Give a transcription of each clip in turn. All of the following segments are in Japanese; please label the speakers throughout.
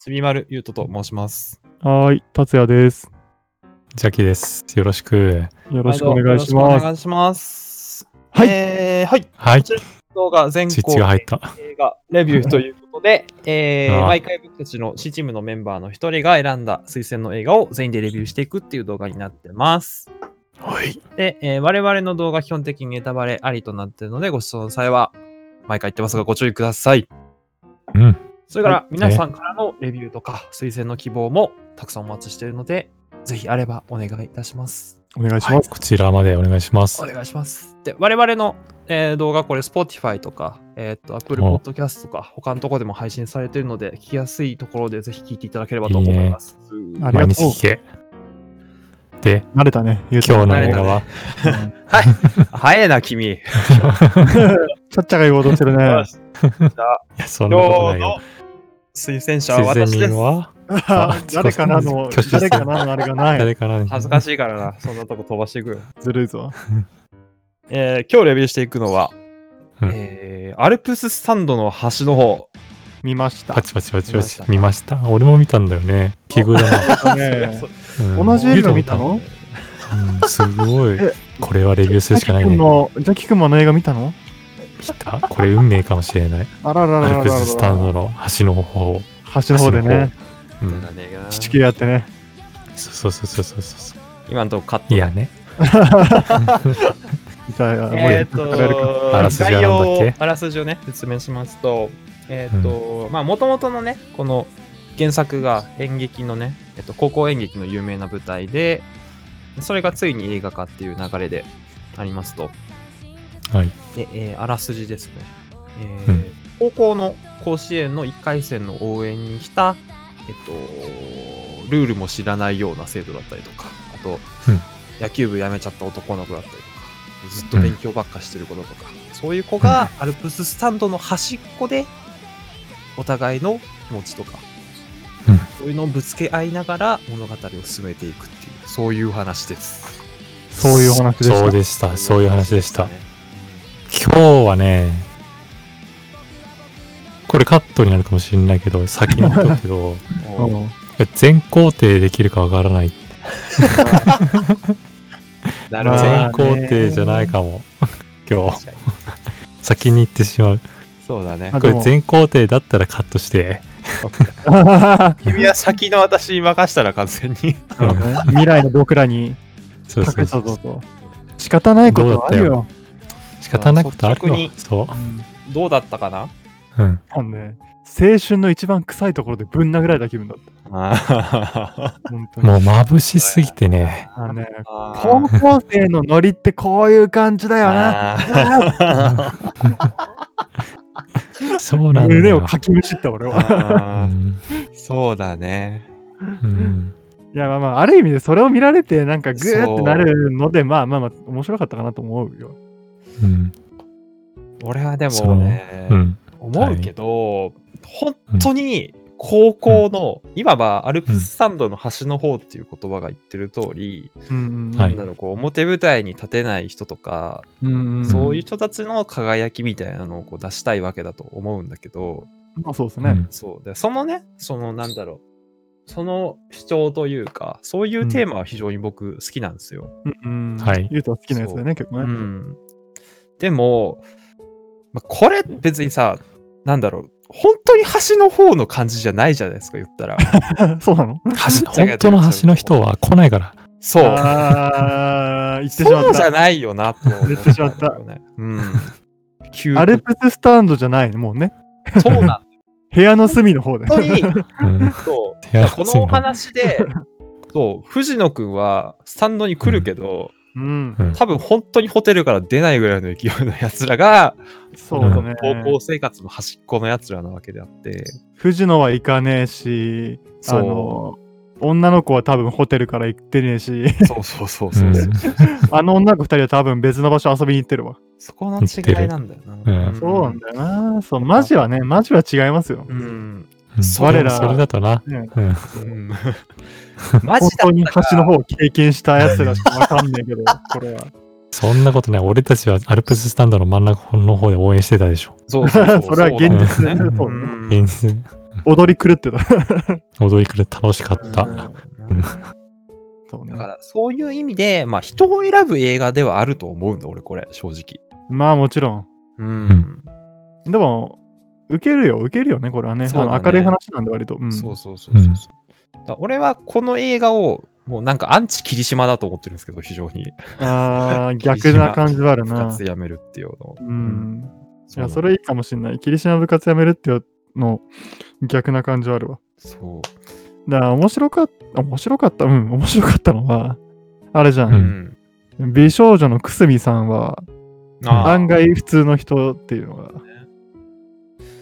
Speaker 1: すみまるゆうとと申します。
Speaker 2: はーい、達也です。
Speaker 3: ジャキです。よろしく。
Speaker 2: よろしくお願いしま
Speaker 1: よろしくお
Speaker 2: す。
Speaker 1: 願いします。
Speaker 2: はい
Speaker 1: えーはい。
Speaker 3: はい。
Speaker 1: ち動画全
Speaker 3: スイッ
Speaker 1: 校
Speaker 3: チが入った。
Speaker 1: 映画レビューということで、えー
Speaker 3: ああ
Speaker 1: 毎回僕たちの C チームのメンバーの一人が選んだ推薦の映画を全員でレビューしていくっていう動画になってます。
Speaker 2: はい。
Speaker 1: で、えー我々の動画基本的にネタバレありとなっているので、ご視聴の際は、毎回言ってますがご注意ください。
Speaker 3: うん。
Speaker 1: それから、
Speaker 2: はい
Speaker 1: 皆さんからのレビューとか推薦の希望もたくさんお待ちしているので、ぜひあればお願いいたします。
Speaker 2: お願いし
Speaker 3: は
Speaker 2: ま
Speaker 3: い、
Speaker 2: す。
Speaker 3: こちらまでお願いします
Speaker 1: お。願いします。で、我々の、えー動画、これ Spotify とか、えーっと Apple
Speaker 3: お
Speaker 1: Podcast とか、他のところでも配信されているので、聞きやすいところでぜひ聞いていただければと思います。
Speaker 2: あり
Speaker 3: 毎
Speaker 2: が
Speaker 3: 日
Speaker 2: とう。
Speaker 3: 聞け。で、
Speaker 2: 慣れたね、ゆうと
Speaker 3: 今日の映画は、
Speaker 1: 早いな、君。
Speaker 2: ちゃっちゃが言おうとしてる ね。
Speaker 1: よしじゃあ、
Speaker 3: いや、そんなこと
Speaker 1: 今
Speaker 3: な
Speaker 1: 日
Speaker 3: い
Speaker 1: の
Speaker 3: よ。
Speaker 1: 推薦者は
Speaker 3: 推
Speaker 1: 私
Speaker 3: 薦
Speaker 1: です
Speaker 3: 人。は
Speaker 2: あ誰かなの
Speaker 3: 挙手、して
Speaker 2: 誰かなのあれがない。
Speaker 3: 誰から
Speaker 1: 恥ずかしいから な、そんなとこ飛ばしていくよ。
Speaker 2: ずるいぞ。
Speaker 1: えー今日レビューしていくのは、
Speaker 3: うん
Speaker 1: えーアルプススタンドの端の方。
Speaker 2: 見ました
Speaker 3: パ。チパチパチパチ。見ました。俺も見たんだよね。奇遇だな。
Speaker 2: ね
Speaker 3: うん
Speaker 2: 同じ映画見たの
Speaker 3: うんすごい
Speaker 2: え。
Speaker 3: これはレビューするしかない
Speaker 2: ジャッ
Speaker 3: ね。
Speaker 2: キ君のジャッキ君もあの映画見たの
Speaker 3: 見たこれ運命かもしれない。
Speaker 2: あららら
Speaker 3: ア
Speaker 2: ら
Speaker 3: ル
Speaker 2: ら
Speaker 3: プ
Speaker 2: ら
Speaker 3: ススタンドの橋の方。
Speaker 2: 端の方でね、
Speaker 3: うん。
Speaker 2: ちちきやってね。
Speaker 3: そうそうそうそうそう。
Speaker 1: 今のとこカット。
Speaker 3: いやね。
Speaker 2: じゃあ、もう
Speaker 1: えーっ
Speaker 2: 語れるか
Speaker 1: と、
Speaker 3: あらすじはなんだっけ
Speaker 1: 概要をあらすじをね、説明しますと、えーっと、まあ、もともとのね、この原作が演劇のね、えっと、高校演劇の有名な舞台で、それがついに映画化っていう流れでありますと。
Speaker 3: はい。
Speaker 1: で、えーあらすじですね、えー
Speaker 3: うん
Speaker 1: 高校の甲子園の1回戦の応援に来た、えっと、ルールも知らないような生徒だったりとか、あと、
Speaker 3: うん
Speaker 1: 野球部辞めちゃった男の子だったりとか、ずっと勉強ばっかしてる子だとか、そういう子がアルプススタンドの端っこで、お互いの気持ちとか、
Speaker 3: うん
Speaker 1: そういうのをぶつけ合いながら物語を進めていくっていう、そういう話です。
Speaker 2: そういうお話でした
Speaker 3: そうでした。そういう話でした。
Speaker 1: ね
Speaker 3: 今日はね、これカットになるかもしれないけど、先に言っとく けど、
Speaker 2: う
Speaker 1: もうん
Speaker 3: 全工程できるかわからない。
Speaker 1: なるほどね。
Speaker 2: ま
Speaker 3: 全
Speaker 2: あ
Speaker 3: 工程じゃないかも。 今日、
Speaker 1: 確かに
Speaker 3: 先に行ってしまう。
Speaker 1: そうだね
Speaker 2: あ。
Speaker 3: こ
Speaker 2: で
Speaker 3: れ
Speaker 2: も
Speaker 3: 全工程だったらカットして、
Speaker 1: 君は先の私に任したら完全に。
Speaker 2: そうね未来の僕らに
Speaker 3: そうそ
Speaker 2: 託
Speaker 3: う
Speaker 2: し
Speaker 3: そ
Speaker 2: た
Speaker 3: う。
Speaker 2: ぞと。仕方ないことはある
Speaker 3: ど
Speaker 2: よ。
Speaker 3: 仕方ないことある
Speaker 1: 率直
Speaker 3: よ
Speaker 1: に。
Speaker 3: そ
Speaker 2: うん
Speaker 1: どうだったかな
Speaker 3: う。うん。
Speaker 2: あのね、青春の一番臭いところでぶん殴られた気分だっ
Speaker 1: あ
Speaker 2: た。本当に。
Speaker 3: もう眩しすぎてね。
Speaker 2: あのね、高
Speaker 1: ー
Speaker 2: 校生のノリってこういう感じだよな。
Speaker 1: あー
Speaker 3: そうなんだ
Speaker 2: 胸を
Speaker 3: よ。
Speaker 2: かきむしった俺は。
Speaker 3: う
Speaker 1: あ
Speaker 3: ん
Speaker 1: ーそうだね。
Speaker 3: うん
Speaker 2: いやまあまあ、ある意味でそれを見られてなんかグーってなるので、まあまあまあ、面白かったかなと思うよ。
Speaker 3: うん
Speaker 1: 俺はで
Speaker 3: そ
Speaker 1: も
Speaker 3: う
Speaker 1: ね
Speaker 3: う、ん
Speaker 1: 思うけど、本当に高校の、今はアルプススタンドの端の方っていう言葉が言ってる通り、
Speaker 2: うんうん、
Speaker 3: は
Speaker 1: ないんだろう、こう表舞台に立てない人とか、
Speaker 2: うんうん、
Speaker 1: そういう
Speaker 2: い
Speaker 1: 人たちの輝きみたいなのをこう出したいわけだと思うんだけど、
Speaker 2: う。まあそうです
Speaker 3: う
Speaker 2: ね。
Speaker 3: ん
Speaker 1: そうでそのねそのなんだろうその主張というかそういうテーマは非常に僕好きなんですよ。
Speaker 2: うんうん
Speaker 3: はい
Speaker 2: ゆうとは好きなやつだよね、結構
Speaker 1: う
Speaker 2: ね。
Speaker 1: ん、でも、まあ、これ別にさなんだろう本当に端の方の感じじゃないじゃないですか言 ったら。
Speaker 2: そうなの
Speaker 3: 橋本当の橋の人は来ないから。
Speaker 1: そう。
Speaker 2: ああ、言ってしま
Speaker 1: そう
Speaker 2: っ
Speaker 1: じゃ
Speaker 2: た。
Speaker 1: ないよなと思
Speaker 2: 言ってしまった
Speaker 1: うんだよね。うん。 急
Speaker 2: アルプススタンドじゃないね、もうね。
Speaker 1: そうなんだ
Speaker 2: 部屋の隅の方で。
Speaker 1: 本当に。
Speaker 3: うん
Speaker 1: そう。
Speaker 3: いや
Speaker 1: このお話で、そう、藤野くんはスタンドに来るけど、
Speaker 2: うん。
Speaker 3: うん
Speaker 1: 多分本当にホテルから出ないぐらいの勢いのやつらが、
Speaker 2: そうだね。
Speaker 1: 高校生活の端っこのやつらなわけであって、
Speaker 2: 藤野は行かねえし、あ
Speaker 1: そ
Speaker 2: の、女の子は多分ホテルから行ってねえし、
Speaker 1: う、そうそうそうそうそう、
Speaker 3: うん
Speaker 2: あの女の子二人は多分別の場所遊びに行ってるわ。
Speaker 1: そこの違いなんだよな。
Speaker 3: うん
Speaker 2: そうなんだよな。そう、マジはね、マジは違いますよ。
Speaker 1: うん。
Speaker 3: うん
Speaker 1: そ
Speaker 2: 我ら
Speaker 3: それだとな。
Speaker 2: ね
Speaker 3: う
Speaker 1: う
Speaker 3: ん
Speaker 1: ん。マジだ
Speaker 2: 本当に端の方を経験したやつらしかわかんない けど、これは。
Speaker 3: そんなことない。俺たちはアルプススタンドの真ん中の方で応援してたでしょ。
Speaker 1: そうそうそう。
Speaker 2: それは現実
Speaker 1: そうなんだよね
Speaker 2: そううね
Speaker 1: ん
Speaker 3: 現実。
Speaker 2: 踊り狂ってた。
Speaker 3: 踊りくれ楽しか
Speaker 1: う
Speaker 3: っ
Speaker 1: ん
Speaker 3: た。
Speaker 2: そうね
Speaker 1: だからそういう意味で、まあ、人を選ぶ映画ではあると思うんだ俺これ正直
Speaker 2: まあもちろん。
Speaker 1: うん、
Speaker 2: でも、受けるよ、受けるよね、これはね。
Speaker 1: そうだね
Speaker 2: あの明るい話なんで割と。うん、
Speaker 1: そうそうそうそうそう、だから俺はこの映画をもうなんかアンチ霧島だと思ってるんですけど非常に
Speaker 2: あー逆な感じ はある
Speaker 1: 部
Speaker 2: な
Speaker 1: 活。やめるっていうのを
Speaker 2: うん。い
Speaker 1: なの
Speaker 2: や、それいいかもしんない。霧島部活やめるっていうの、逆な感じはあるわ。
Speaker 1: そう
Speaker 2: だから面白かった、面白かった、うん、面白かったのは、あれじゃ。
Speaker 1: うんん、
Speaker 2: 美少女のくすみさんは、
Speaker 1: ああ
Speaker 2: 案外普通の人っていうのが、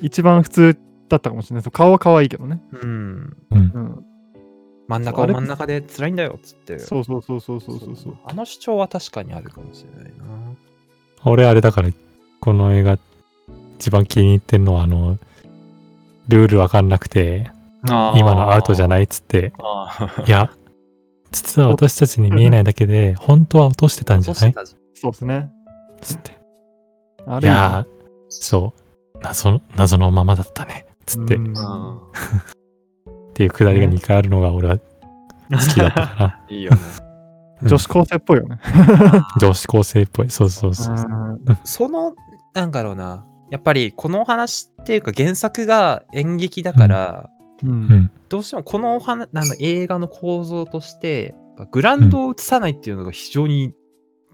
Speaker 2: 一番普通だったかもしれない。そう顔は可愛いけどね。
Speaker 1: うん
Speaker 3: う
Speaker 2: う
Speaker 3: ん。
Speaker 2: ん。
Speaker 1: 真ん中
Speaker 2: あ
Speaker 1: は
Speaker 2: れ
Speaker 1: 真ん中で辛いんだよっつって
Speaker 2: そうそうそうそうそうそうそう。
Speaker 1: あの主張は確かにあるかもしれないな
Speaker 3: 俺あれだから、この映画、一番気に入ってんのは、あの、ルールわかんなくて、
Speaker 1: あー
Speaker 3: 今のアウトじゃないっつって、
Speaker 1: あ
Speaker 3: いや、実は私たちに見えないだけで、本当は落としてたんじゃない
Speaker 2: そうですね。
Speaker 3: つって。
Speaker 2: あ
Speaker 3: い
Speaker 2: れ
Speaker 3: やー、そう、謎の、謎のままだったね。つって、っ
Speaker 2: うん
Speaker 3: ていうくだりが2回あるのが俺は好きだったかな。
Speaker 1: いいよね
Speaker 3: うん
Speaker 2: 女子高生っぽいよね。
Speaker 3: 女子高生っぽい。そうそうそう。
Speaker 1: そのなんだろうなやっぱりこのお話っていうか原作が演劇だから、
Speaker 2: うん
Speaker 3: うん。
Speaker 1: どうしてもこのお話あの映画の構造としてグラウンドを映さないっていうのが非常に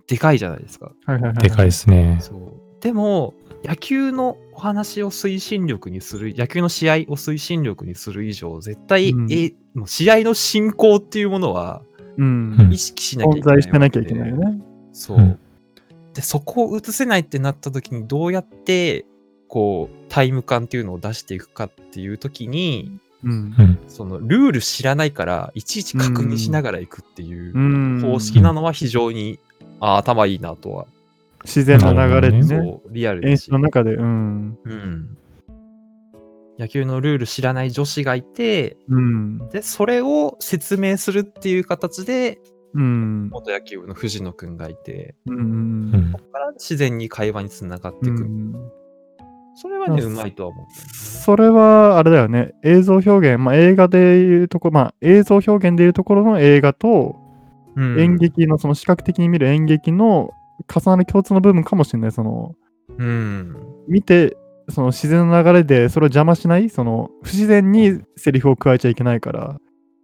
Speaker 1: でかいじゃないですか、
Speaker 2: はいはいはい。
Speaker 3: でかいですね。
Speaker 1: そうでも野球のお話を推進力にする野球の試合を推進力にする以上絶対、
Speaker 2: うん
Speaker 1: えもう試合の進行っていうものは
Speaker 2: うん
Speaker 1: 意。識しなきゃい
Speaker 2: 存
Speaker 1: けないわけで
Speaker 2: 在してなきゃいけないよね。
Speaker 1: そう、
Speaker 3: うん
Speaker 1: でそこを映せないってなった時にどうやってこうタイム感っていうのを出していくかっていう時に
Speaker 2: うん
Speaker 3: う。ん。
Speaker 1: そのルール知らないからいちいち確認しながら行くっていううん方式なのは非常に、あー頭いいなとは、
Speaker 2: 自然な流れで
Speaker 3: な
Speaker 2: ね。
Speaker 1: そうリアルで
Speaker 2: 演
Speaker 1: し
Speaker 2: 出の中で、うん。
Speaker 1: うん、野球のルール知らない女子がいて
Speaker 2: うん。
Speaker 1: でそれを説明するっていう形で
Speaker 2: うん。
Speaker 1: 元野球部の藤野くんがいて
Speaker 2: う。
Speaker 3: うんん。
Speaker 1: そこから自然に会話につながっていく、
Speaker 2: うん
Speaker 1: それはね
Speaker 2: あ
Speaker 1: うまいとは思
Speaker 2: それは、あれだよね。映像表現、まあ映画でいうとこ、まあ映像表現でいうところの映画と、
Speaker 1: う、うん
Speaker 2: 演、劇の、その視覚的に見る演劇の重なる共通の部分かもしれない。その、
Speaker 1: うん、
Speaker 2: 見てその自然の流れでそれを邪魔しないその不自然にセリフを加えちゃいけないから、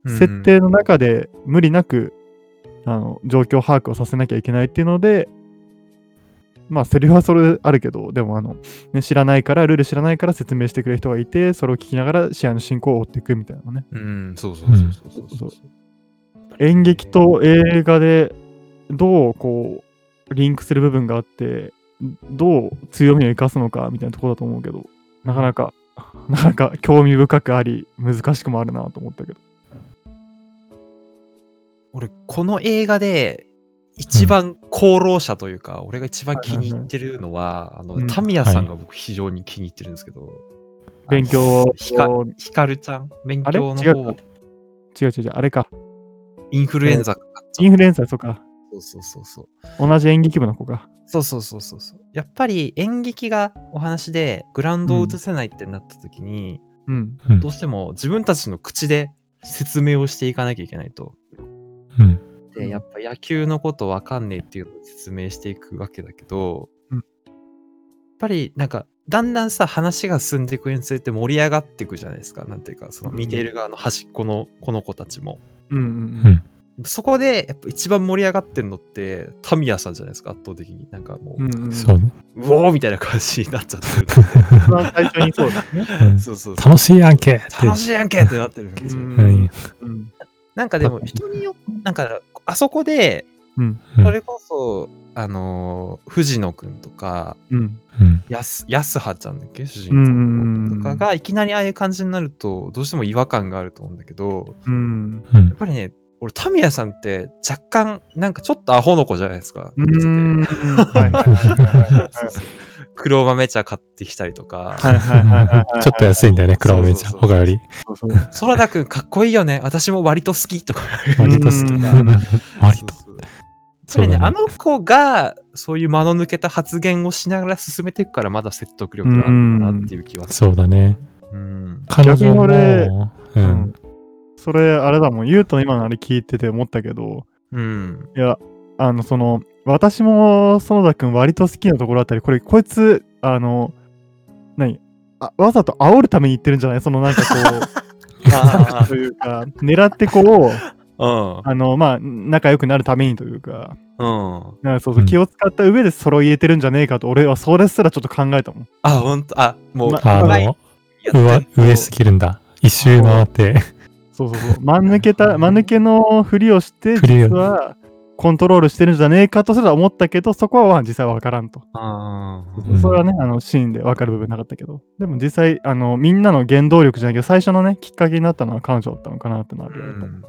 Speaker 2: 設定の中で無理なくあの状況把握をさせなきゃいけないっていうのでまあセリフはそれあるけどでもあの、ね、知らないからルール知らないから説明してくれる人がいてそれを聞きながら試合の進行を追っていくみたいなね
Speaker 1: うん、うん、そうそうそうそうそうそう、
Speaker 2: 演劇と映画でどうこうリンクする部分があってどう強みを生かすのかみたいなところだと思うけどなかなかなかなか興味深くあり難しくもあるなと思ったけど
Speaker 1: 俺この映画で一番功労者というか、俺が一番気に入ってるのは、あ
Speaker 2: う
Speaker 1: の
Speaker 2: ん
Speaker 1: タミヤさんが僕非常に気に入ってるんですけど、
Speaker 2: 勉強を
Speaker 1: ひかひかるちゃん勉
Speaker 2: あれ
Speaker 1: 強の
Speaker 2: 違う
Speaker 1: 方
Speaker 2: か違う違う違うあれか
Speaker 1: インフルエンザかかっちゃ
Speaker 2: インフルエ
Speaker 1: ン
Speaker 2: ンサーとか
Speaker 1: そうそうそうそう
Speaker 2: 同じ演劇部の子か
Speaker 1: そうそうそうそうそうやっぱり演劇がお話でグラウンドを映せないってなった時に、
Speaker 2: うん
Speaker 3: うん
Speaker 1: どうしても自分たちの口で説明をしていかなきゃいけないと
Speaker 3: うん。
Speaker 1: で
Speaker 2: うん
Speaker 1: やっぱ野球のことわかんねえっていうのを説明していくわけだけど、
Speaker 2: うん
Speaker 1: やっぱりなんかだんだんさ話が進んでいくにつれて盛り上がっていくじゃないですかなんていうかその見ている側の端っこのこの子たちも
Speaker 2: うん
Speaker 3: う
Speaker 2: うんん
Speaker 1: そこでやっぱ一番盛り上がってるのってタミヤさんじゃないですか圧倒的になんかもう、
Speaker 2: うんうん
Speaker 3: そう ね。
Speaker 1: うおーみたいな感じになっちゃってる
Speaker 2: 一番最初にそうだね、
Speaker 3: う ん
Speaker 1: そうそうそう
Speaker 3: 楽しいやんけって。
Speaker 1: 楽しいやんけってなってるんですよ、
Speaker 2: うん
Speaker 3: うん。
Speaker 2: うん
Speaker 1: なんかでも人によなんかあそこで
Speaker 2: うん
Speaker 1: それこそ、あのー藤野くんとか
Speaker 2: うん
Speaker 3: うん。
Speaker 1: やすやすはちゃんだっけ主人
Speaker 2: うんうんう
Speaker 1: 公
Speaker 2: ん
Speaker 1: とかがいきなりああいう感じになるとどうしても違和感があると思うんだけど
Speaker 2: うん
Speaker 3: う
Speaker 1: やっ
Speaker 3: ん。
Speaker 1: ぱりね俺タミヤさんって若干なんかちょっとアホの子じゃないですか
Speaker 2: うんうんはいはいはい
Speaker 1: そうそう 黒豆茶買ってきたりとか
Speaker 2: はいはいはいはいはい
Speaker 3: ちょっと安いんだよね、黒豆ちゃん。
Speaker 1: そうそうそう
Speaker 3: 他より。
Speaker 2: そうそう
Speaker 1: 空田くんかっこいいよね私も割と好きとか
Speaker 3: 割と好き。
Speaker 2: うん
Speaker 3: 割と。
Speaker 1: そうそうやっぱりね
Speaker 3: そうだね
Speaker 1: あの子がそういう間の抜けた発言をしながら進めていくからまだ説得力があるのかなっていう気はする
Speaker 3: そうだね。
Speaker 1: ううん。
Speaker 3: 彼
Speaker 2: 逆に
Speaker 3: 女
Speaker 2: 俺
Speaker 3: も、う
Speaker 2: うんん。それ、あれだもん、ゆうとの今のあれ聞いてて思ったけど、
Speaker 1: うん。
Speaker 2: いや、あの、その、私も園田くん割と好きなところあったり、これ、こいつ、あの、何あわざと煽るために言ってるんじゃないそのなんかこ
Speaker 1: あ
Speaker 2: う、というか、狙ってこう、
Speaker 1: あ。
Speaker 2: あの、まあ、仲良くなるためにというか、
Speaker 1: うん。うん。
Speaker 2: なんかそうそう
Speaker 3: うん
Speaker 2: 気を使った上でそれを言えてるんじゃねえかと、俺はそれすらちょっと考えたもん。
Speaker 1: あ、ほんと、あ、もう、
Speaker 2: ま
Speaker 3: あ
Speaker 1: はい
Speaker 3: の、上、上すぎるんだ。一周回って、
Speaker 2: そうそうそう。間抜けた、間抜けのふりをして、
Speaker 3: ふりを
Speaker 2: 実はコントロールしてるんじゃねえかとすら思ったけど、そこは実際わからんと。
Speaker 1: あー
Speaker 3: うん
Speaker 2: それはね、あのシーンでわかる部分なかったけど、でも実際、あのみんなの原動力じゃないけど、最初のね、きっかけになったのは彼女だったのかなってのはあ
Speaker 1: う
Speaker 2: るよ、
Speaker 1: ん。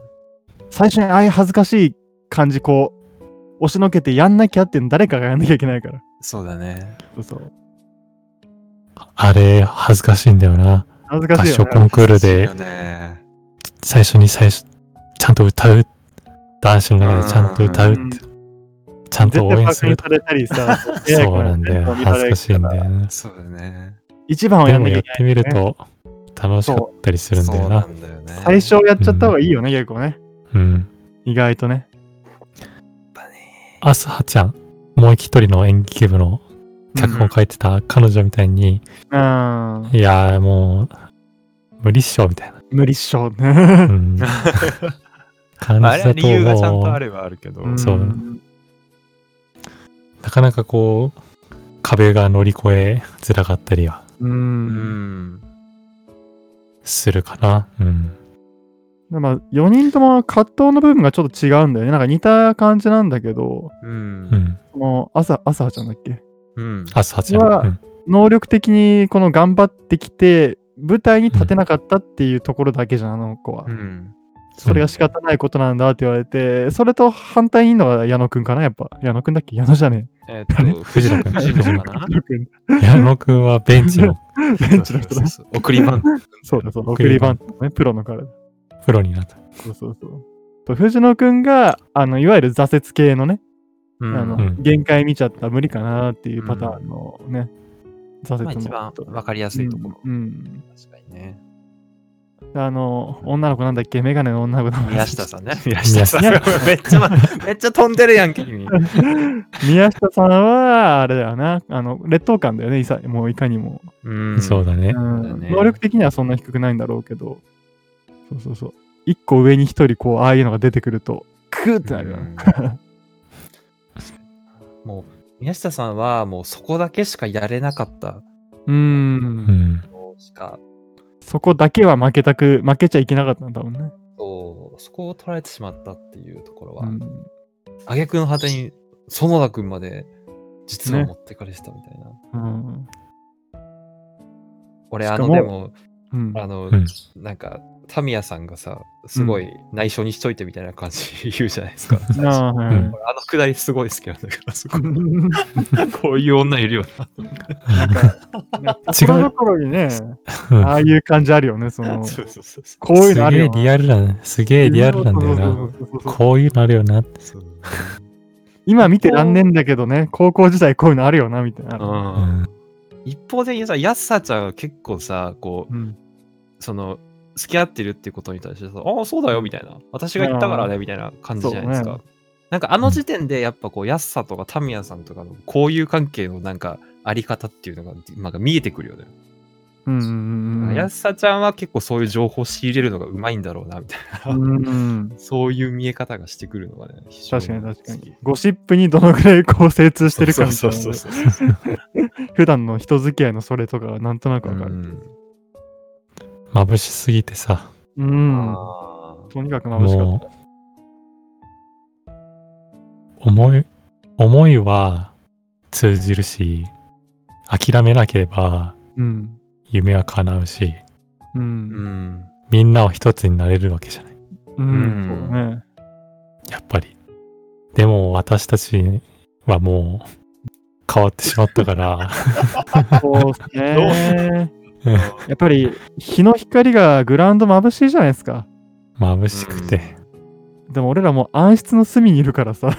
Speaker 2: 最初にああいう恥ずかしい感じ、こう、押しのけてやんなきゃっていうの誰かがやんなきゃいけないから。
Speaker 1: そうだね。
Speaker 2: そうそう。
Speaker 3: あれ、恥ずかしいんだよな。
Speaker 2: 恥ず
Speaker 3: 合
Speaker 2: かしいよ
Speaker 3: 唱
Speaker 2: ね
Speaker 3: コ。ンクール
Speaker 1: そう
Speaker 3: で
Speaker 1: よ、ね。
Speaker 3: 最初に最初、ちゃんと歌う。男子の中でちゃんと歌うって
Speaker 2: うん。
Speaker 3: ちゃんと
Speaker 2: 絶
Speaker 3: 応
Speaker 2: 対
Speaker 3: 援
Speaker 2: バ
Speaker 3: す
Speaker 2: カに
Speaker 3: る。
Speaker 2: されたりさ、
Speaker 3: そうなんだよ。恥ずかしいんだよね。
Speaker 1: そうだね。
Speaker 2: 一番を
Speaker 3: で
Speaker 2: やん
Speaker 3: も
Speaker 2: なきゃい
Speaker 3: やっ
Speaker 2: けない
Speaker 3: てみると楽しかったりするんだ
Speaker 1: そ
Speaker 3: よ
Speaker 1: うな
Speaker 3: な。
Speaker 1: んだよね。
Speaker 2: 最初やっちゃった方がいいよね、結構ね。
Speaker 3: うん。
Speaker 2: 意外と ね。
Speaker 3: アスハちゃん、もう一人の演劇部の脚本書いてた彼女みたいに、
Speaker 2: うん。
Speaker 3: いやーもう、無理っしょ、みたいな。
Speaker 2: 無理っしょ。
Speaker 3: うん。感
Speaker 1: まああれ
Speaker 3: じ
Speaker 1: は
Speaker 3: だ
Speaker 1: 理由がちゃ
Speaker 3: と
Speaker 1: んと
Speaker 3: も
Speaker 1: あ
Speaker 3: う、
Speaker 1: ればあるけど。
Speaker 2: ん
Speaker 3: そうなかなかこう、壁が乗り越えづらかったりは
Speaker 2: う。
Speaker 1: うんん。
Speaker 3: するかな。うん。
Speaker 2: まあ、4人とも葛藤の部分がちょっと違うんだよね。なんか似た感じなんだけど、
Speaker 1: う。
Speaker 3: うんん。
Speaker 2: その、朝、朝ちゃんだっけ
Speaker 1: うん。
Speaker 3: アスハちゃん。
Speaker 2: うわ
Speaker 3: うん
Speaker 2: 能力的にこの頑張ってきて、舞台に立てなかったっていうところだけじゃん、あの子は
Speaker 1: う。ん。
Speaker 2: それが仕方ないことなんだって言われて、それと反対にいいのが矢野くんかな、やっぱ。矢野くんだっけ矢野じゃね
Speaker 1: えっと、藤野君。藤野かな
Speaker 2: え。矢野くん。
Speaker 3: 矢野くんはベンチの
Speaker 2: ベンチの人だ
Speaker 1: そう。そうそう送りバント。
Speaker 2: そうだ、そうだ、
Speaker 3: 送
Speaker 2: 送
Speaker 3: り
Speaker 2: りバ
Speaker 3: バン
Speaker 2: ントのね、プロの彼。
Speaker 3: プロになった。
Speaker 2: そうそうそう。と藤野くんが、あの、いわゆる挫折系のね、
Speaker 1: う
Speaker 2: あ
Speaker 1: ん。
Speaker 2: の
Speaker 3: うん
Speaker 2: 限界見ちゃった無理かなっていうパターンのね、挫折
Speaker 1: まあ
Speaker 2: の
Speaker 1: 一番わかりやすいところ。
Speaker 2: うんうん
Speaker 1: 確かにね。
Speaker 2: あの、女の子なんだっけメガネの女の子の
Speaker 1: 宮下さんね。 宮
Speaker 3: 下さん
Speaker 1: めっちゃま、めっちゃ飛んでるやんけ、君。
Speaker 2: 宮下さんは、あれだよな、あの、劣等感だよね、いさもういかにも、
Speaker 1: うん。
Speaker 3: そうだね。
Speaker 2: うん
Speaker 1: そうだね
Speaker 2: 能力的にはそんな低くないんだろうけど、そうそうそう。一個上に一人、こう、ああいうのが出てくると、クーってなるよね。
Speaker 1: うんもう、宮下さんはもうそこだけしかやれなかった
Speaker 2: う。
Speaker 3: うんん。
Speaker 1: のしか、
Speaker 2: そこだけは負けたく、負けちゃいけなかったんだもんね。
Speaker 1: そうそこを取られてしまったっていうところ
Speaker 2: う
Speaker 1: は、
Speaker 2: ん
Speaker 1: 挙句の果てに園田君まで実は持ってかれてたみたいな。
Speaker 2: うん。
Speaker 1: 俺、
Speaker 2: し
Speaker 1: あ
Speaker 2: か
Speaker 1: の、
Speaker 2: も
Speaker 1: でも、
Speaker 2: うん。
Speaker 1: あの、
Speaker 3: うん
Speaker 1: なんか、タミヤさんがさ、すごい内緒にしといてみたいな感じ 言うじゃないですか。最初
Speaker 2: なあ、は
Speaker 3: う
Speaker 1: 俺
Speaker 2: い
Speaker 3: ん
Speaker 1: あのくだりすごい好きなんだけど、そこ
Speaker 2: うん
Speaker 1: こういう女いるよな。
Speaker 2: なんか、なんかところどころにね、
Speaker 3: うん
Speaker 2: ああいう感じあるよね、その、
Speaker 1: そうそうそうそ
Speaker 2: こういうのあるよ
Speaker 3: すげえリアルだね。すげえリアルなんだよな。
Speaker 2: そうそうそうそう
Speaker 3: こういうのあるよな。
Speaker 1: うそう。
Speaker 2: 今見てらんねんだけどね、高校時代こういうのあるよな、みたいな。
Speaker 3: う
Speaker 1: うん
Speaker 3: ん。
Speaker 1: 一方的にさ、やっさちゃんは結構さ、こ
Speaker 2: うん
Speaker 1: う、その、付き合ってるってことに対してさ、ああ、そうだよ、みたいな。私が言ったからね、みたいな感じじゃないです
Speaker 2: そ
Speaker 1: か
Speaker 2: う。
Speaker 1: なんかあの時点で、やっぱこう、やっさとかタミヤさんとかのこういう関係のなんか、あり方っていうのが、なんか見えてくるよね。
Speaker 2: うんうんうんうん
Speaker 1: やっさちゃんは結構そういう情報を仕入れるのがうまいんだろうな、みたいな。
Speaker 2: うんうん
Speaker 1: そういう見え方がしてくるのがね、非常
Speaker 2: 確かに確か
Speaker 1: 好き
Speaker 2: に。ゴシップにどのくらいこう精通してるかみた
Speaker 1: そ
Speaker 2: いうな
Speaker 1: そう
Speaker 2: ね
Speaker 1: そうそうそう。
Speaker 2: 普段の人付き合いのそれとかがなんとなくわかる。
Speaker 3: 眩しすぎてさ。
Speaker 2: うん。
Speaker 1: あー
Speaker 2: とにかく眩しかっ
Speaker 3: もう、思い、思いは通じるし、諦めなければ
Speaker 2: た。うん。
Speaker 3: 夢は叶うし、
Speaker 2: う。
Speaker 1: うんん。
Speaker 3: みんなは一つになれるわけじゃない。
Speaker 2: うんん。そうだね。
Speaker 3: やっぱり。でも私たちはもう変わってしまっ たから、
Speaker 2: そうですね。
Speaker 3: うん
Speaker 2: やっぱり日の光がグラウンド眩しいじゃないですか。
Speaker 3: 眩しくて。
Speaker 2: でも俺らもう暗室の隅にいるからさ、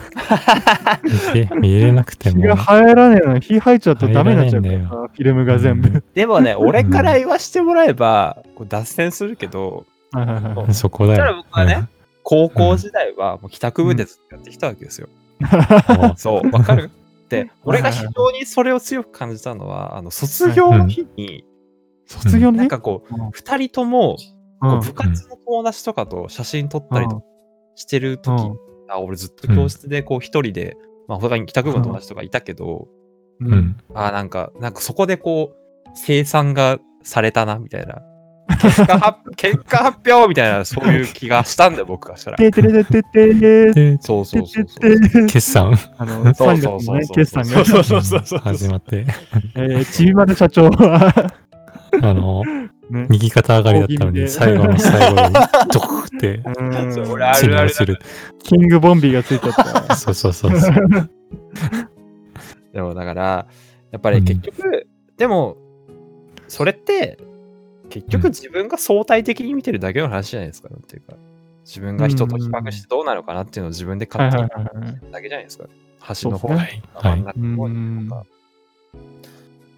Speaker 3: 見て見えれなくて
Speaker 2: 火
Speaker 3: も。
Speaker 2: が入らねえの火入っちゃうとダメになっちゃうから
Speaker 3: 入ら
Speaker 2: さ、
Speaker 3: ね
Speaker 2: フィルムが全部。
Speaker 1: でもね、 俺から言わしてもらえば、こう脱線するけど、
Speaker 2: はいはいは
Speaker 1: そ
Speaker 2: い
Speaker 3: うんそこだ
Speaker 1: だから
Speaker 3: よ。
Speaker 1: 僕はね高校時代はもう帰宅部でずっとやってきたわけですよ。
Speaker 3: うん。もう
Speaker 1: そう、わかるで、俺が
Speaker 2: はい
Speaker 1: 非
Speaker 2: はい
Speaker 1: 常にそれを強く感じたのは、あの卒業の日に、
Speaker 2: 卒業の
Speaker 1: なん
Speaker 2: 日
Speaker 1: かこう
Speaker 2: うん、
Speaker 1: 二人とも
Speaker 2: う
Speaker 1: こうん部活の友達とかと写真撮ったりとかしてる時
Speaker 2: うん
Speaker 1: あ俺ずっと教室でこう一人で、まあ、他に帰宅部の友達とかいたけど、
Speaker 2: う
Speaker 3: うんん。
Speaker 1: あーなんか、なんかそこでこう、生産がされたな、みたいな。結果発 結果発表みたいな、そういう気がしたんだよ、僕がした ら。
Speaker 2: ててれてててれて
Speaker 3: で、
Speaker 1: そうそうそうそう。
Speaker 2: てて
Speaker 3: 決算
Speaker 2: あの、
Speaker 1: そう
Speaker 2: 3
Speaker 1: そうそ
Speaker 2: 月の
Speaker 1: う
Speaker 2: ね
Speaker 1: そ、う
Speaker 2: 決算が。
Speaker 1: そうそうそうそう
Speaker 3: 始まって、
Speaker 2: えー、ちびまる社長は、
Speaker 3: あの、
Speaker 2: ね。
Speaker 3: 右肩上がりだったのに、最後の最後に、ドクって、
Speaker 2: うん
Speaker 1: そう俺ある
Speaker 3: 治療する。
Speaker 2: キングボンビーがついてった。
Speaker 3: そうそうそう そう。
Speaker 1: でもだから、やっぱり結局、でも、それって、結局
Speaker 3: うん
Speaker 1: 自分が相対的に見てるだけの話じゃないですか、なんていうか。自分が人と比較してどうなのかなっていうのを自分で
Speaker 2: はい
Speaker 1: 勝
Speaker 2: は
Speaker 1: 手
Speaker 2: い
Speaker 1: に
Speaker 2: はいはい。
Speaker 1: だけじゃないですか。橋の方
Speaker 2: そう
Speaker 1: に
Speaker 2: で
Speaker 3: は
Speaker 2: す
Speaker 3: い。
Speaker 1: 真
Speaker 3: は
Speaker 1: ん
Speaker 3: い。
Speaker 1: 中の方にとか。だか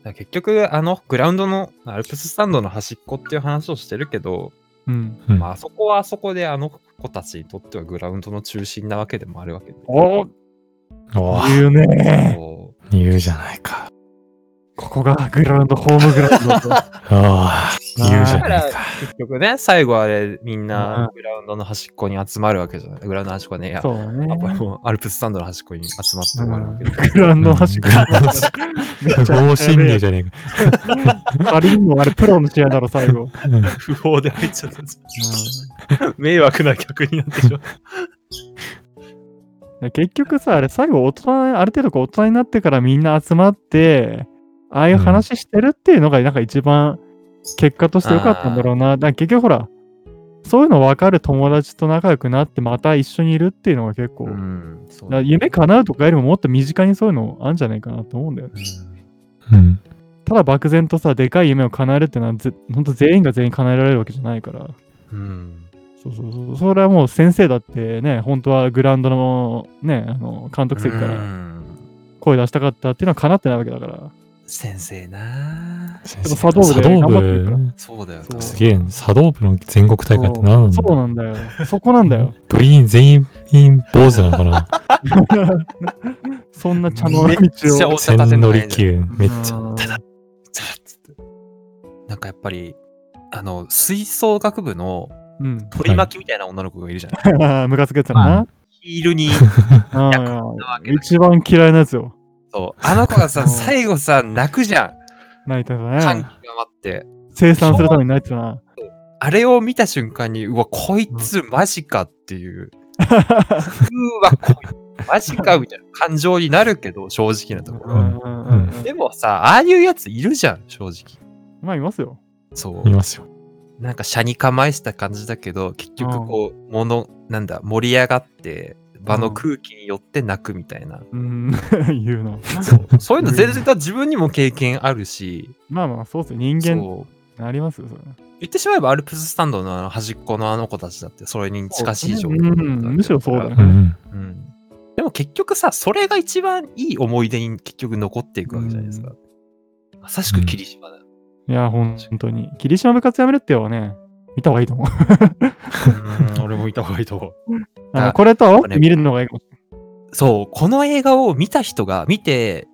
Speaker 1: ら結局、あの、グラウンドのアルプススタンドの端っこっていう話をしてるけど、
Speaker 2: うん。
Speaker 3: うん
Speaker 1: まあ、あそこはあそこであの子たちにとってはグラウンドの中心なわけでもあるわけで。
Speaker 2: おー
Speaker 3: おー
Speaker 2: 言うね
Speaker 1: こう
Speaker 3: 言うじゃないか。
Speaker 2: ここがグラウンド、ホームグラウンドと。
Speaker 3: ああ、言うじ
Speaker 1: だ
Speaker 3: ゃ
Speaker 1: か
Speaker 3: ない
Speaker 1: ら
Speaker 3: か。、
Speaker 1: 結局ね、最後あれ、みんな
Speaker 2: う
Speaker 1: グラウンドの端っこに集まるわけじゃない。グラウンドの端っこはね、いや、
Speaker 2: そうだね。
Speaker 1: あもうアルプススタンドの端っこに集まって
Speaker 2: う
Speaker 1: 終わるわ
Speaker 2: ん
Speaker 1: け
Speaker 2: グ
Speaker 1: で。
Speaker 2: ラウンドの端っこ。め
Speaker 3: 不
Speaker 2: っちゃ
Speaker 3: 法侵入じゃねえか。
Speaker 2: あれにもあれプロの試合だろ、最後。
Speaker 3: うん
Speaker 1: 不法で入っちゃったんです。迷惑な客になってしまう。
Speaker 2: うん結局さ、あれ最後大人、ある程度こう大人になってからみんな集まって、ああいう話してるっていうのがなんか一番結果として良かったんだろうな。だから結局ほら、そういうの分かる友達と仲良くなってまた一緒にいるっていうのが結構、だ
Speaker 1: ん、そ
Speaker 2: から夢叶うとかよりももっと身近にそういうのあるんじゃないかなと思うんだよね。
Speaker 3: うん。
Speaker 2: ただ漠然とさ、でかい夢を叶えるってのはぜ、ほんと全員が全員叶えられるわけじゃないから。
Speaker 1: うん。
Speaker 2: そうそうそう。それはもう先生だってね、本当はグラウンドのね、あの監督席か
Speaker 1: う
Speaker 2: ら
Speaker 1: ん
Speaker 2: 声出したかったっていうのは叶ってないわけだから。
Speaker 1: 先生なあ
Speaker 3: 先
Speaker 2: っと茶
Speaker 3: 生
Speaker 2: 道部で
Speaker 3: 茶道
Speaker 2: 頑張ってるから
Speaker 3: 部、
Speaker 1: そうだよ
Speaker 2: そう
Speaker 3: すげえ、茶道部の全国大会って何なんだ
Speaker 2: そうなんだよ。そこなんだよ。
Speaker 3: 部員全員坊主なのか な
Speaker 2: そんな茶の
Speaker 1: め
Speaker 2: 道
Speaker 1: っちゃ
Speaker 2: を。
Speaker 1: お茶
Speaker 3: 千
Speaker 1: 立ての
Speaker 3: 利休、めっちゃ。
Speaker 2: ゃ。
Speaker 1: ザーッつってなんかやっぱりあの吹奏楽部の
Speaker 2: うん。
Speaker 1: 取り巻きみたいな女の子がい るじゃない、
Speaker 2: ムカつけてたな。
Speaker 1: ヒールに
Speaker 2: うん一番嫌いなやつよ。
Speaker 1: そうあの子がさ
Speaker 2: うん
Speaker 1: 最後さ泣くじゃん
Speaker 2: 泣いてた
Speaker 1: 歓喜が
Speaker 2: ね。
Speaker 1: 待って
Speaker 2: 生産するために泣いてたな。
Speaker 1: あれを見た瞬間にうわこいつマジかって いう、うわこいつマジかみたいな感情になるけど正直なとこ
Speaker 2: う
Speaker 1: ろ、
Speaker 2: んうんうんうん
Speaker 1: でもさああいうやついるじゃん正直
Speaker 2: まあ、いますよ。
Speaker 1: そう
Speaker 3: いますよ。
Speaker 1: なんか車に構えした感じだけど結局こうものなんだ盛り上がって場の空気によって泣くみたいな、
Speaker 2: うん、 言うの。
Speaker 1: そうそういうの全然だ自分にも経験あるし
Speaker 2: まあまあ、そうっすよ。人間、
Speaker 1: そう
Speaker 2: ありますよ、それ。
Speaker 1: 言ってしまえばアルプススタンドのあの端っこのあの子たちだってそれに近しい状況だ
Speaker 2: うん
Speaker 1: ったわけだから
Speaker 2: むしろそうだね
Speaker 3: うん。
Speaker 1: うんでも結局さそれが一番いい思い出に結局残っていくわけじゃないですか、まさしく霧島だ、
Speaker 2: いや、本当に。霧島部活やめるってよね、見た方がいいと思う。
Speaker 1: うん俺もいた方がいいと思う
Speaker 2: あ
Speaker 1: あ
Speaker 2: のこれと合わせて見るのがいいかもし
Speaker 1: そう、この映画を見た人が見て、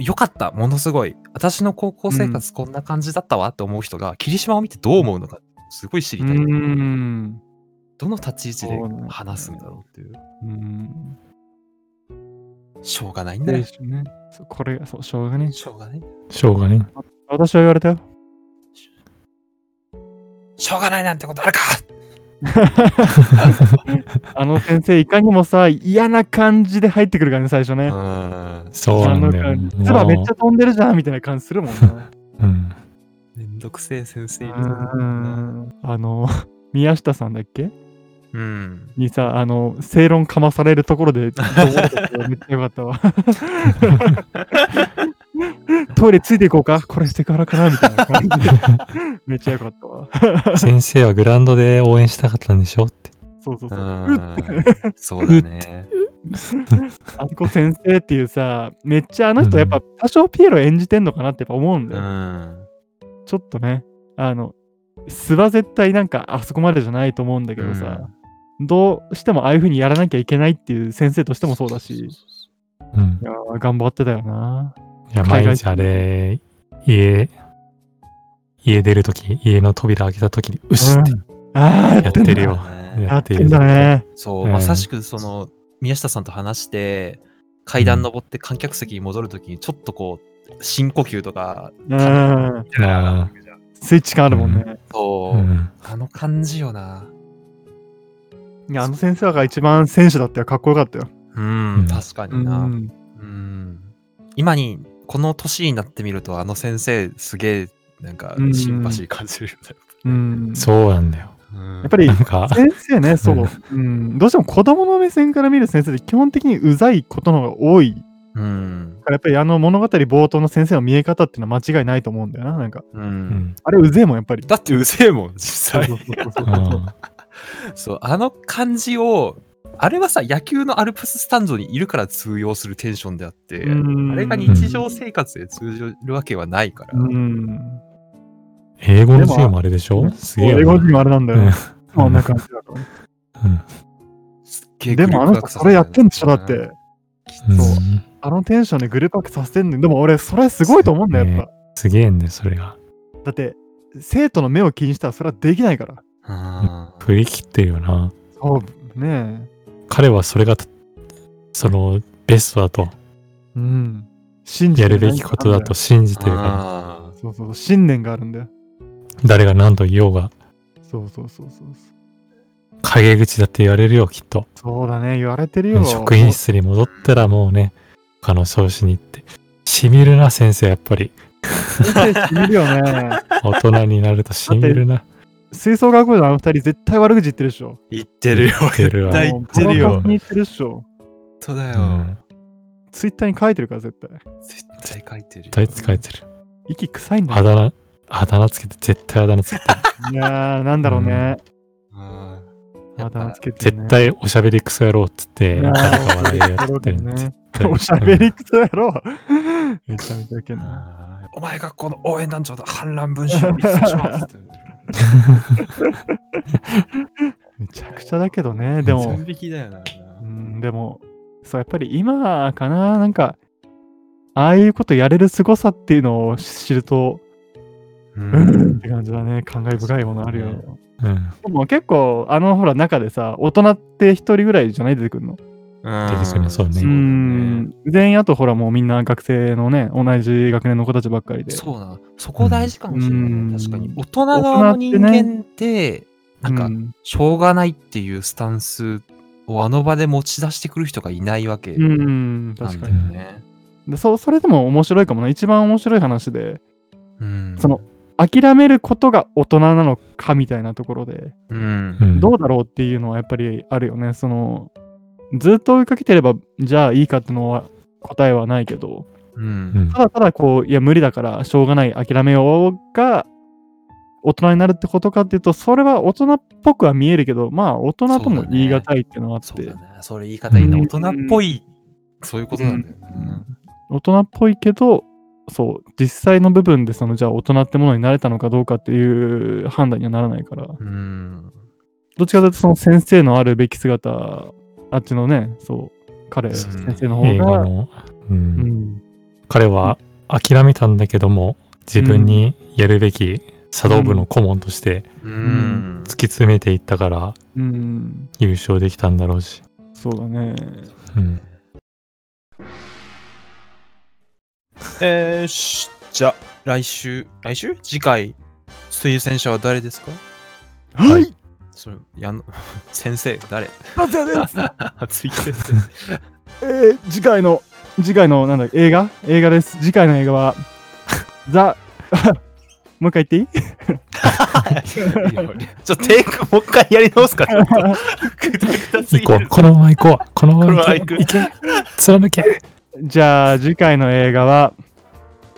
Speaker 1: よかった、ものすごい。私の高校生活こんな感じだったわって思う人が、霧島を見てどう思うのか、すごい知り
Speaker 2: れ
Speaker 1: た。
Speaker 2: ないい。うーん。
Speaker 1: どの立ち位
Speaker 2: そう
Speaker 1: 置
Speaker 2: なんだ
Speaker 1: で話すんだろうっていう。
Speaker 2: うん。
Speaker 1: しょうがないんだ
Speaker 2: で
Speaker 1: よ。
Speaker 2: すね。そうこれが、そう、しょうがねえ。
Speaker 1: しょうがない。
Speaker 3: しょうが ね。
Speaker 2: 私は言われたよ。
Speaker 1: しょうがないなんてことあるか
Speaker 2: あの先生、いかにもさ、嫌な感じで入ってくるからね、最初
Speaker 1: う
Speaker 2: ね。
Speaker 1: ーん。
Speaker 3: そうなんだよ、ね。
Speaker 2: つばめっちゃ飛んでるじゃんみたいな感じするもんな。
Speaker 3: うん。
Speaker 1: めんどくせえ先生
Speaker 2: う
Speaker 1: いるな。
Speaker 2: んあの、宮下さんだっけ
Speaker 1: うん。
Speaker 2: にさ、あの、正論かまされるところで、どう思ったかめっちゃよかったわ。トイレついていこうかこれセクハラかなみたいな感じで。めっちゃよかったわ。
Speaker 3: 先生はグラウンドで応援したかったんでしょって。
Speaker 2: そうそう
Speaker 1: う
Speaker 2: そう。
Speaker 1: んそうだね。
Speaker 2: あそこ先生っていうさ、めっちゃあの人やっぱ多少ピエロ演じてんのかなってやっぱ思うんだ
Speaker 1: う
Speaker 2: よ。
Speaker 1: ん。
Speaker 2: ちょっとね、あの、素は絶対なんかあそこまでじゃないと思うんだけどさ、どうしてもああいう風にやらなきゃいけないっていう先生としてもそうだし、い
Speaker 3: うん。
Speaker 2: やー頑張ってたよな。
Speaker 3: いや、
Speaker 2: 海外
Speaker 3: 毎日あれ、家、家出るとき、家の扉開けたときに、うっしって
Speaker 2: ああ、
Speaker 3: やってる
Speaker 1: う
Speaker 3: よ。
Speaker 1: ん
Speaker 2: や
Speaker 3: や
Speaker 2: っ
Speaker 3: ってて
Speaker 2: ん
Speaker 3: る
Speaker 2: だね。
Speaker 1: そう、
Speaker 3: うん
Speaker 1: まさしくその宮下さんと話して階段登って観客席に戻るときにちょっとこう深呼吸とか、
Speaker 2: うん。
Speaker 3: あ
Speaker 2: スイッチ感あるもんね。
Speaker 1: そ
Speaker 3: ーう
Speaker 1: う、
Speaker 3: ん。
Speaker 1: あの感じよない
Speaker 2: や、あの先生が一番選手だったよ。かっこよかったよ。
Speaker 1: うん、
Speaker 3: うん
Speaker 1: 確か
Speaker 2: う
Speaker 1: にな、うん
Speaker 2: ん。
Speaker 1: 今にこの年になってみるとあの先生すげえなんか
Speaker 2: うん
Speaker 1: シンパシー感じるよね、
Speaker 2: うん、
Speaker 3: そうなんだよ。
Speaker 1: うん
Speaker 2: やっぱり
Speaker 3: なんか、
Speaker 2: 先生ね、そうう、うん。どうしても子供の目線から見る先生って基本的にうざいことの方が多い
Speaker 1: うん
Speaker 2: から、やっぱりあの物語冒頭の先生の見え方っていうのは間違いないと思うんだよな。なんか、
Speaker 1: うん
Speaker 3: うん。
Speaker 2: あれうぜえもん、やっぱり。
Speaker 1: だってうぜえもん実際
Speaker 2: そうそうそうそう
Speaker 3: うん
Speaker 1: そうあの感じをあれはさ野球のアルプススタンドにいるから通用するテンションであって、
Speaker 2: うん
Speaker 1: あれが日常生活で通じるわけはないから。
Speaker 2: うん。
Speaker 3: 英語の授業もあれでしょすげえよな。
Speaker 2: 英語人もあれなんだよね。
Speaker 3: うん
Speaker 2: あんな感じだ から。
Speaker 3: うん
Speaker 1: すっげえ
Speaker 2: でもあの人それやってんでしょ、だっ。
Speaker 1: うん
Speaker 2: て。
Speaker 3: うん
Speaker 2: そうあのテンションでグループワークさせてんのでも俺、それすごいと思うんだよ、やっぱ。
Speaker 3: すげえんだよ、それが。
Speaker 2: だって、生徒の目を気にしたらそれはできないから。
Speaker 3: 振り切ってるよな。
Speaker 2: そう、ね
Speaker 3: 彼はそれが、その、ベストだと、
Speaker 2: え。うん。信じ
Speaker 3: や
Speaker 2: て
Speaker 3: る
Speaker 2: ない
Speaker 3: べきことだと信じてるか
Speaker 1: あ
Speaker 2: そうそう、信念があるんだよ。
Speaker 3: ら、誰が何と言おうが、
Speaker 2: そうそうそうそうそう。
Speaker 3: 陰口だって言われるよ、きっと。
Speaker 2: そうだね、言われて るよ。
Speaker 3: 職員室に戻ったらもうね、他の教師に行って。しみるな、先生、やっぱり。
Speaker 2: 先生染みるよね。
Speaker 3: 大人になるとしみるな。
Speaker 2: 吹奏楽部のあの二人絶対悪口言ってるでしょ。
Speaker 1: 言ってるよ。
Speaker 3: 言ってるわ
Speaker 1: 絶対言ってる
Speaker 2: もうボロ
Speaker 1: よ。
Speaker 2: カスに言ってるでしょ。
Speaker 1: 本当だ
Speaker 3: う
Speaker 1: よ。
Speaker 3: ん。
Speaker 2: ツイッターに書いてるから絶対。
Speaker 1: 絶対書いてるよ。
Speaker 3: 絶対使えてる。
Speaker 2: 息臭いんだ
Speaker 3: あ
Speaker 2: よ。
Speaker 3: だ名、あだ名つけて、絶対あだ 名つけて。
Speaker 2: いやー、なんだろうね。
Speaker 1: うんや
Speaker 2: ま
Speaker 1: っ
Speaker 2: だ
Speaker 1: ぱ
Speaker 2: つけてるね、
Speaker 3: 絶対おしゃべりクソ野郎っ つって、
Speaker 2: いや
Speaker 3: なん
Speaker 2: ー
Speaker 3: か笑いやってる
Speaker 2: ね
Speaker 3: の。絶対
Speaker 2: おしゃべりくそやろ。めちゃめちゃいけんな。
Speaker 1: あーお前がこの応援団長と反乱文書を見つけしますって。
Speaker 2: めちゃくちゃだけどね。でも
Speaker 1: 完、璧だよな。
Speaker 2: うん、でも、そう、やっぱり今かな、なんか、ああいうことやれる凄さっていうのを知ると、
Speaker 1: う
Speaker 2: うんんって感じだね。感慨深いものあるよ。
Speaker 3: うん。
Speaker 2: でも結構あのほら中でさ大人って一人ぐらいじゃない出てくるの
Speaker 3: 確かにそうね
Speaker 1: だ
Speaker 3: う
Speaker 2: う
Speaker 1: よ
Speaker 2: ん全員あとほらもうみんな学生のね同じ学年の子たちばっかりで
Speaker 1: そうなのそこ大事かもしれないね、
Speaker 2: うん
Speaker 1: 確かに大人側の人間ってなんか
Speaker 2: うん
Speaker 1: しょうがないっていうスタンスをあの場で持ち出してくる人がいないわけ
Speaker 2: うん、
Speaker 1: な
Speaker 2: 確
Speaker 1: ん
Speaker 2: か
Speaker 1: だ
Speaker 2: に
Speaker 1: よね、
Speaker 2: でそうそれでも面白いかもな一番面白い話で
Speaker 1: うん、
Speaker 2: その、諦めることが大人なのかみたいなところで、
Speaker 1: うん
Speaker 3: う、ん
Speaker 2: どうだろうっていうのはやっぱりあるよねそのずっと追いかけてればじゃあいいかってのは答えはないけど、
Speaker 1: う
Speaker 3: うんん
Speaker 2: ただただこう、いや、無理だから、しょうがない、諦めようが、大人になるってことかっていうと、それは大人っぽくは見えるけど、まあ、大人とも言い難いっていうのはあっ
Speaker 1: そう
Speaker 2: て、
Speaker 1: だねそれ言い方いいな
Speaker 2: うん
Speaker 1: 大人っぽい、そういうことなんだよね、
Speaker 2: 大人っぽいけど、そう、実際の部分で、その、じゃあ大人ってものになれたのかどうかっていう判断にはならないから、
Speaker 1: うん
Speaker 2: どっちかというと、その先生のあるべき姿、あっちのね、そう、彼、
Speaker 1: そうね
Speaker 2: 先生の
Speaker 3: 映
Speaker 2: 方
Speaker 3: 画
Speaker 2: が、
Speaker 3: の、うん
Speaker 2: うん、
Speaker 3: 彼は諦めたんだけども自分にやるべき茶道部の顧問として
Speaker 1: うん
Speaker 2: ん
Speaker 3: 突き詰めていったから
Speaker 2: うん、
Speaker 3: 優勝できたんだろうし、
Speaker 2: そうだね。
Speaker 3: うん、
Speaker 1: えー、しじゃあ来週来週次回推薦者は誰ですか
Speaker 2: はいい
Speaker 1: それやん 先生誰
Speaker 2: 達也です
Speaker 1: 熱い先生
Speaker 2: えー次回の次回のなんだ映画映画です次回の映画は ザ もう一回言っていい
Speaker 1: いやちょっとテイクもう一回やり直 すか。ちょっとぐだぐだすぎ
Speaker 3: 行こ
Speaker 1: る
Speaker 3: うこのまま行こ うこのまま行
Speaker 1: この
Speaker 3: け
Speaker 1: まま行く
Speaker 3: 行け貫け
Speaker 2: じゃあ次回の映画は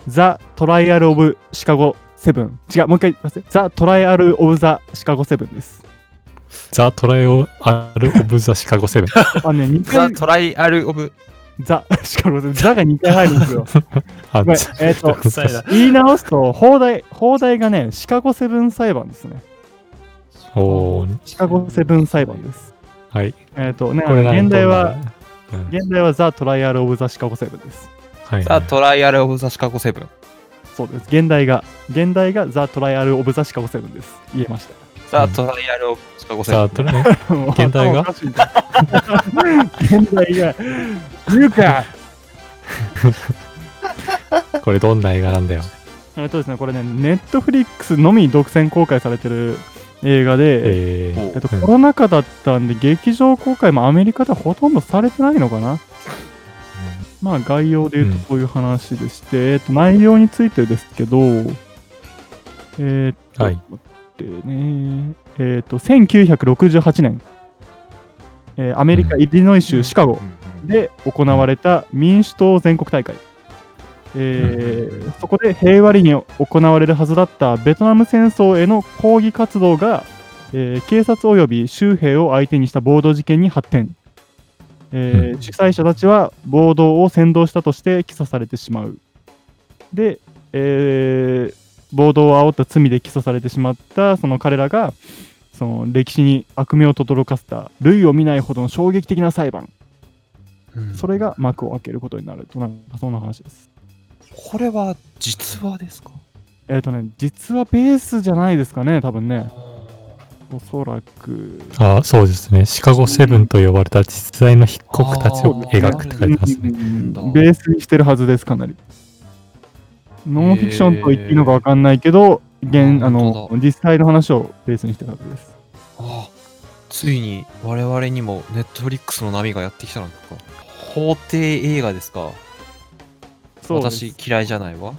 Speaker 2: ザ・トライアル・オブ・シカゴ・セブン違うもう一回言いますザ・トライアル・オブ・ザ・シカゴ・セブンです
Speaker 3: ザ・トライオアル・オブ・ザ・シカゴ・セブン。
Speaker 2: あ、ね、2
Speaker 1: ザ・
Speaker 2: 回、
Speaker 1: トライアル・オブ・
Speaker 2: ザ、 しかもザが2回入るんですよ。
Speaker 3: あ
Speaker 2: ごめんえっ、と、
Speaker 1: さえだ。
Speaker 2: 言い直すと、放題、放題がね、シカゴセブン裁判ですね。
Speaker 3: おー
Speaker 2: シカゴセブン裁判です。
Speaker 3: はい。
Speaker 2: えっ、とね、
Speaker 3: これなん
Speaker 2: 現代は、、
Speaker 3: どんな
Speaker 2: 現代はザ・トライアル・オブ・ザ・シカゴセブンです。
Speaker 3: うんはい、
Speaker 1: ザ・トライアル・オブ・ザ・シカゴ・セブン。
Speaker 2: そうです。現代が、現代がザ・トライアル・オブ・ザ・シカゴセブンです。言えまし
Speaker 1: ザ・トライアル・オブ・シカゴ・セブ
Speaker 3: ザ・
Speaker 1: ン。
Speaker 3: トライ
Speaker 2: た。もう
Speaker 3: 現代
Speaker 2: 頭
Speaker 3: が
Speaker 2: おかしいんだ現代が、言うか
Speaker 3: これどんな映画なんだよ。
Speaker 2: えっとですね、これね、ネットフリックスのみ独占公開されてる映画 で、え
Speaker 3: えー、
Speaker 1: お
Speaker 2: っと、
Speaker 3: うん
Speaker 2: コロナ禍だったんで、劇場公開もアメリカではほとんどされてないのかな。まあ、概要で言う
Speaker 3: うん
Speaker 2: とこういう話でして、えっと、内容についてですけど、えーっと、
Speaker 3: はい
Speaker 2: 待ってね、えーっと、1968年、えーアメリカ・
Speaker 3: う
Speaker 2: イリノイ州シカゴ
Speaker 1: うん
Speaker 2: で行われた民主党全国大会、えーそこで平和裏に行われるはずだったベトナム戦争への抗議活動が、えー警察及び州兵を相手にした暴動事件に発展、えー
Speaker 3: うん
Speaker 2: 主催者たちは暴動を扇動したとして起訴されてしまうで、えー暴動を煽った罪で起訴されてしまったその彼らがその歴史に悪名を轟かせた類を見ないほどの衝撃的な裁判
Speaker 1: うん
Speaker 2: それが幕を開けることになるとなんかそんな話です。
Speaker 1: これは実話ですか
Speaker 2: えっ、とね、実はベースじゃないですかね、多分ね。おそらく。
Speaker 3: あそうですね。シカゴ・セブンと呼ばれた実在の筆刻たちを描くって書いてます
Speaker 2: う
Speaker 3: ね。。
Speaker 2: んベースにしてるはずです、かなり。ノンフィクションと言っていいのか分かんないけど、現あの
Speaker 1: 本当
Speaker 2: 実際の話をベースにしてるはずです。
Speaker 1: ああついに我々にもネットフリックスの波がやってきたのか法廷映画ですか
Speaker 2: そうです
Speaker 1: 私嫌いじゃないわ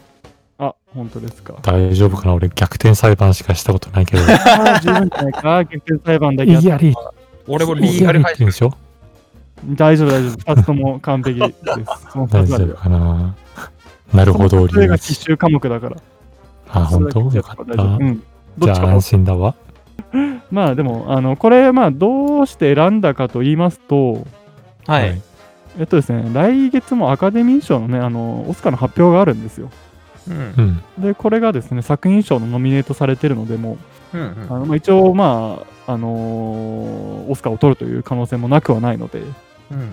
Speaker 2: あ、本当ですか
Speaker 3: 大丈夫かな俺、逆転裁判しかしたことないけど。
Speaker 2: あー十分じゃない か、決定裁判だけやっ
Speaker 3: いやり、
Speaker 1: 俺も
Speaker 3: い
Speaker 1: リーガルハイ
Speaker 3: でしょ
Speaker 2: 大丈夫、大丈夫。2つとも完璧です。その2
Speaker 3: 大
Speaker 2: つだ
Speaker 3: 丈
Speaker 2: け
Speaker 3: 夫。かななるほど、
Speaker 2: それが
Speaker 3: リー
Speaker 2: 必修科目だから。
Speaker 3: あ、本当
Speaker 2: それだ
Speaker 3: よか
Speaker 2: け
Speaker 3: っ
Speaker 2: 大丈夫
Speaker 3: た
Speaker 2: う。ん。ど
Speaker 3: じ
Speaker 2: っちか
Speaker 3: ゃあ
Speaker 2: も
Speaker 3: 安心だわ。
Speaker 2: まあでも、あのこれ、まあ、どうして選んだかと言いますと、
Speaker 1: はい、
Speaker 3: はい
Speaker 2: えっとですね、来月もアカデミー賞のね、あのオスカーの発表があるんですよ。
Speaker 1: うん
Speaker 3: うん。
Speaker 2: で、これがですね、作品賞のノミネートされてるので、もう
Speaker 1: うんう
Speaker 2: あ
Speaker 1: ん
Speaker 2: のまあ一応、まあ、あのーオスカーを取るという可能性もなくはないので、
Speaker 1: うん
Speaker 2: ま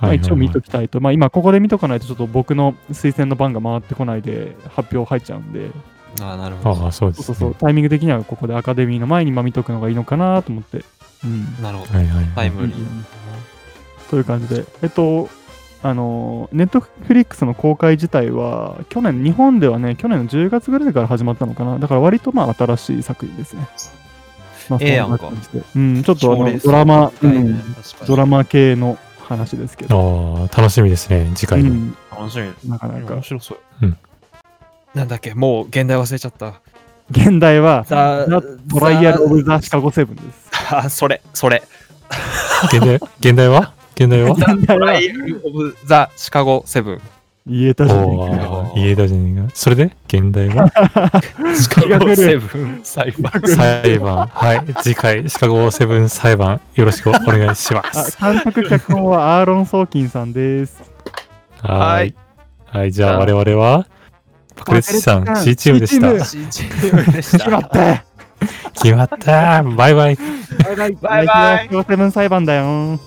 Speaker 2: あ、
Speaker 3: はい
Speaker 2: 一応見ときたいと、まあ、今、ここで見とかないと、ちょっと僕の推薦の番が回ってこないで、発表入っちゃうんで、
Speaker 1: ああなるほど
Speaker 3: ああ、そうで
Speaker 2: そう
Speaker 3: す
Speaker 2: そう
Speaker 3: ね。
Speaker 2: そう、タイミング的にはここでアカデミーの前にまあ見とくのがいいのかなと思って。うん
Speaker 1: なるほど
Speaker 3: はいはい
Speaker 1: タ
Speaker 3: は
Speaker 1: イ
Speaker 3: い。
Speaker 1: ムリー
Speaker 2: うんという感じで、えっと、あの、ネットフリックスの公開自体は、去年、日本ではね、去年の10月ぐらいから始まったのかな、だから割とまあ新しい作品ですね。まあ、
Speaker 1: ええやんか
Speaker 2: そな感じでうん、ちょっとあ
Speaker 1: 賞レ
Speaker 2: の
Speaker 1: ース
Speaker 2: ドラマ、う
Speaker 1: 深いね
Speaker 2: ん、
Speaker 1: 確かに
Speaker 2: ドラマ系の話ですけど、
Speaker 3: ああ、楽しみですね、次
Speaker 2: う
Speaker 3: 回の。
Speaker 2: ん、
Speaker 1: 楽しみ
Speaker 2: なかなか
Speaker 1: 面。白そう
Speaker 3: うん
Speaker 1: なんだっけもう現代忘れちゃった
Speaker 2: 現代は、
Speaker 1: ザ
Speaker 2: ザ・トライアル・オブ・ザ・シカゴ・セブンです。
Speaker 1: あそれそれ
Speaker 3: 現代、現代は現代は
Speaker 2: 現代
Speaker 1: トラ
Speaker 2: は
Speaker 1: イアル・オブ・ザ・シカゴ・セブ ン
Speaker 2: 言えたじゃねえか。
Speaker 3: おー、家だじゃねえか。それで、現代 は
Speaker 1: シカゴ・セブン裁判
Speaker 3: 裁判。はい、次回、シカゴセブン裁判、よろしくお願いしま
Speaker 2: あ
Speaker 3: す。
Speaker 2: 監督脚本はアーロン・ソーキンさんです。
Speaker 3: は
Speaker 1: は
Speaker 3: ーい
Speaker 1: い。
Speaker 3: はい、じゃあ我々は、パクレスさん C チームでし
Speaker 2: C チーム
Speaker 3: た。
Speaker 1: 新チームでし
Speaker 2: 決ま
Speaker 1: た
Speaker 2: った
Speaker 3: 決まったバイバイ
Speaker 1: バイバイバイバイ
Speaker 2: セブン裁判だよ。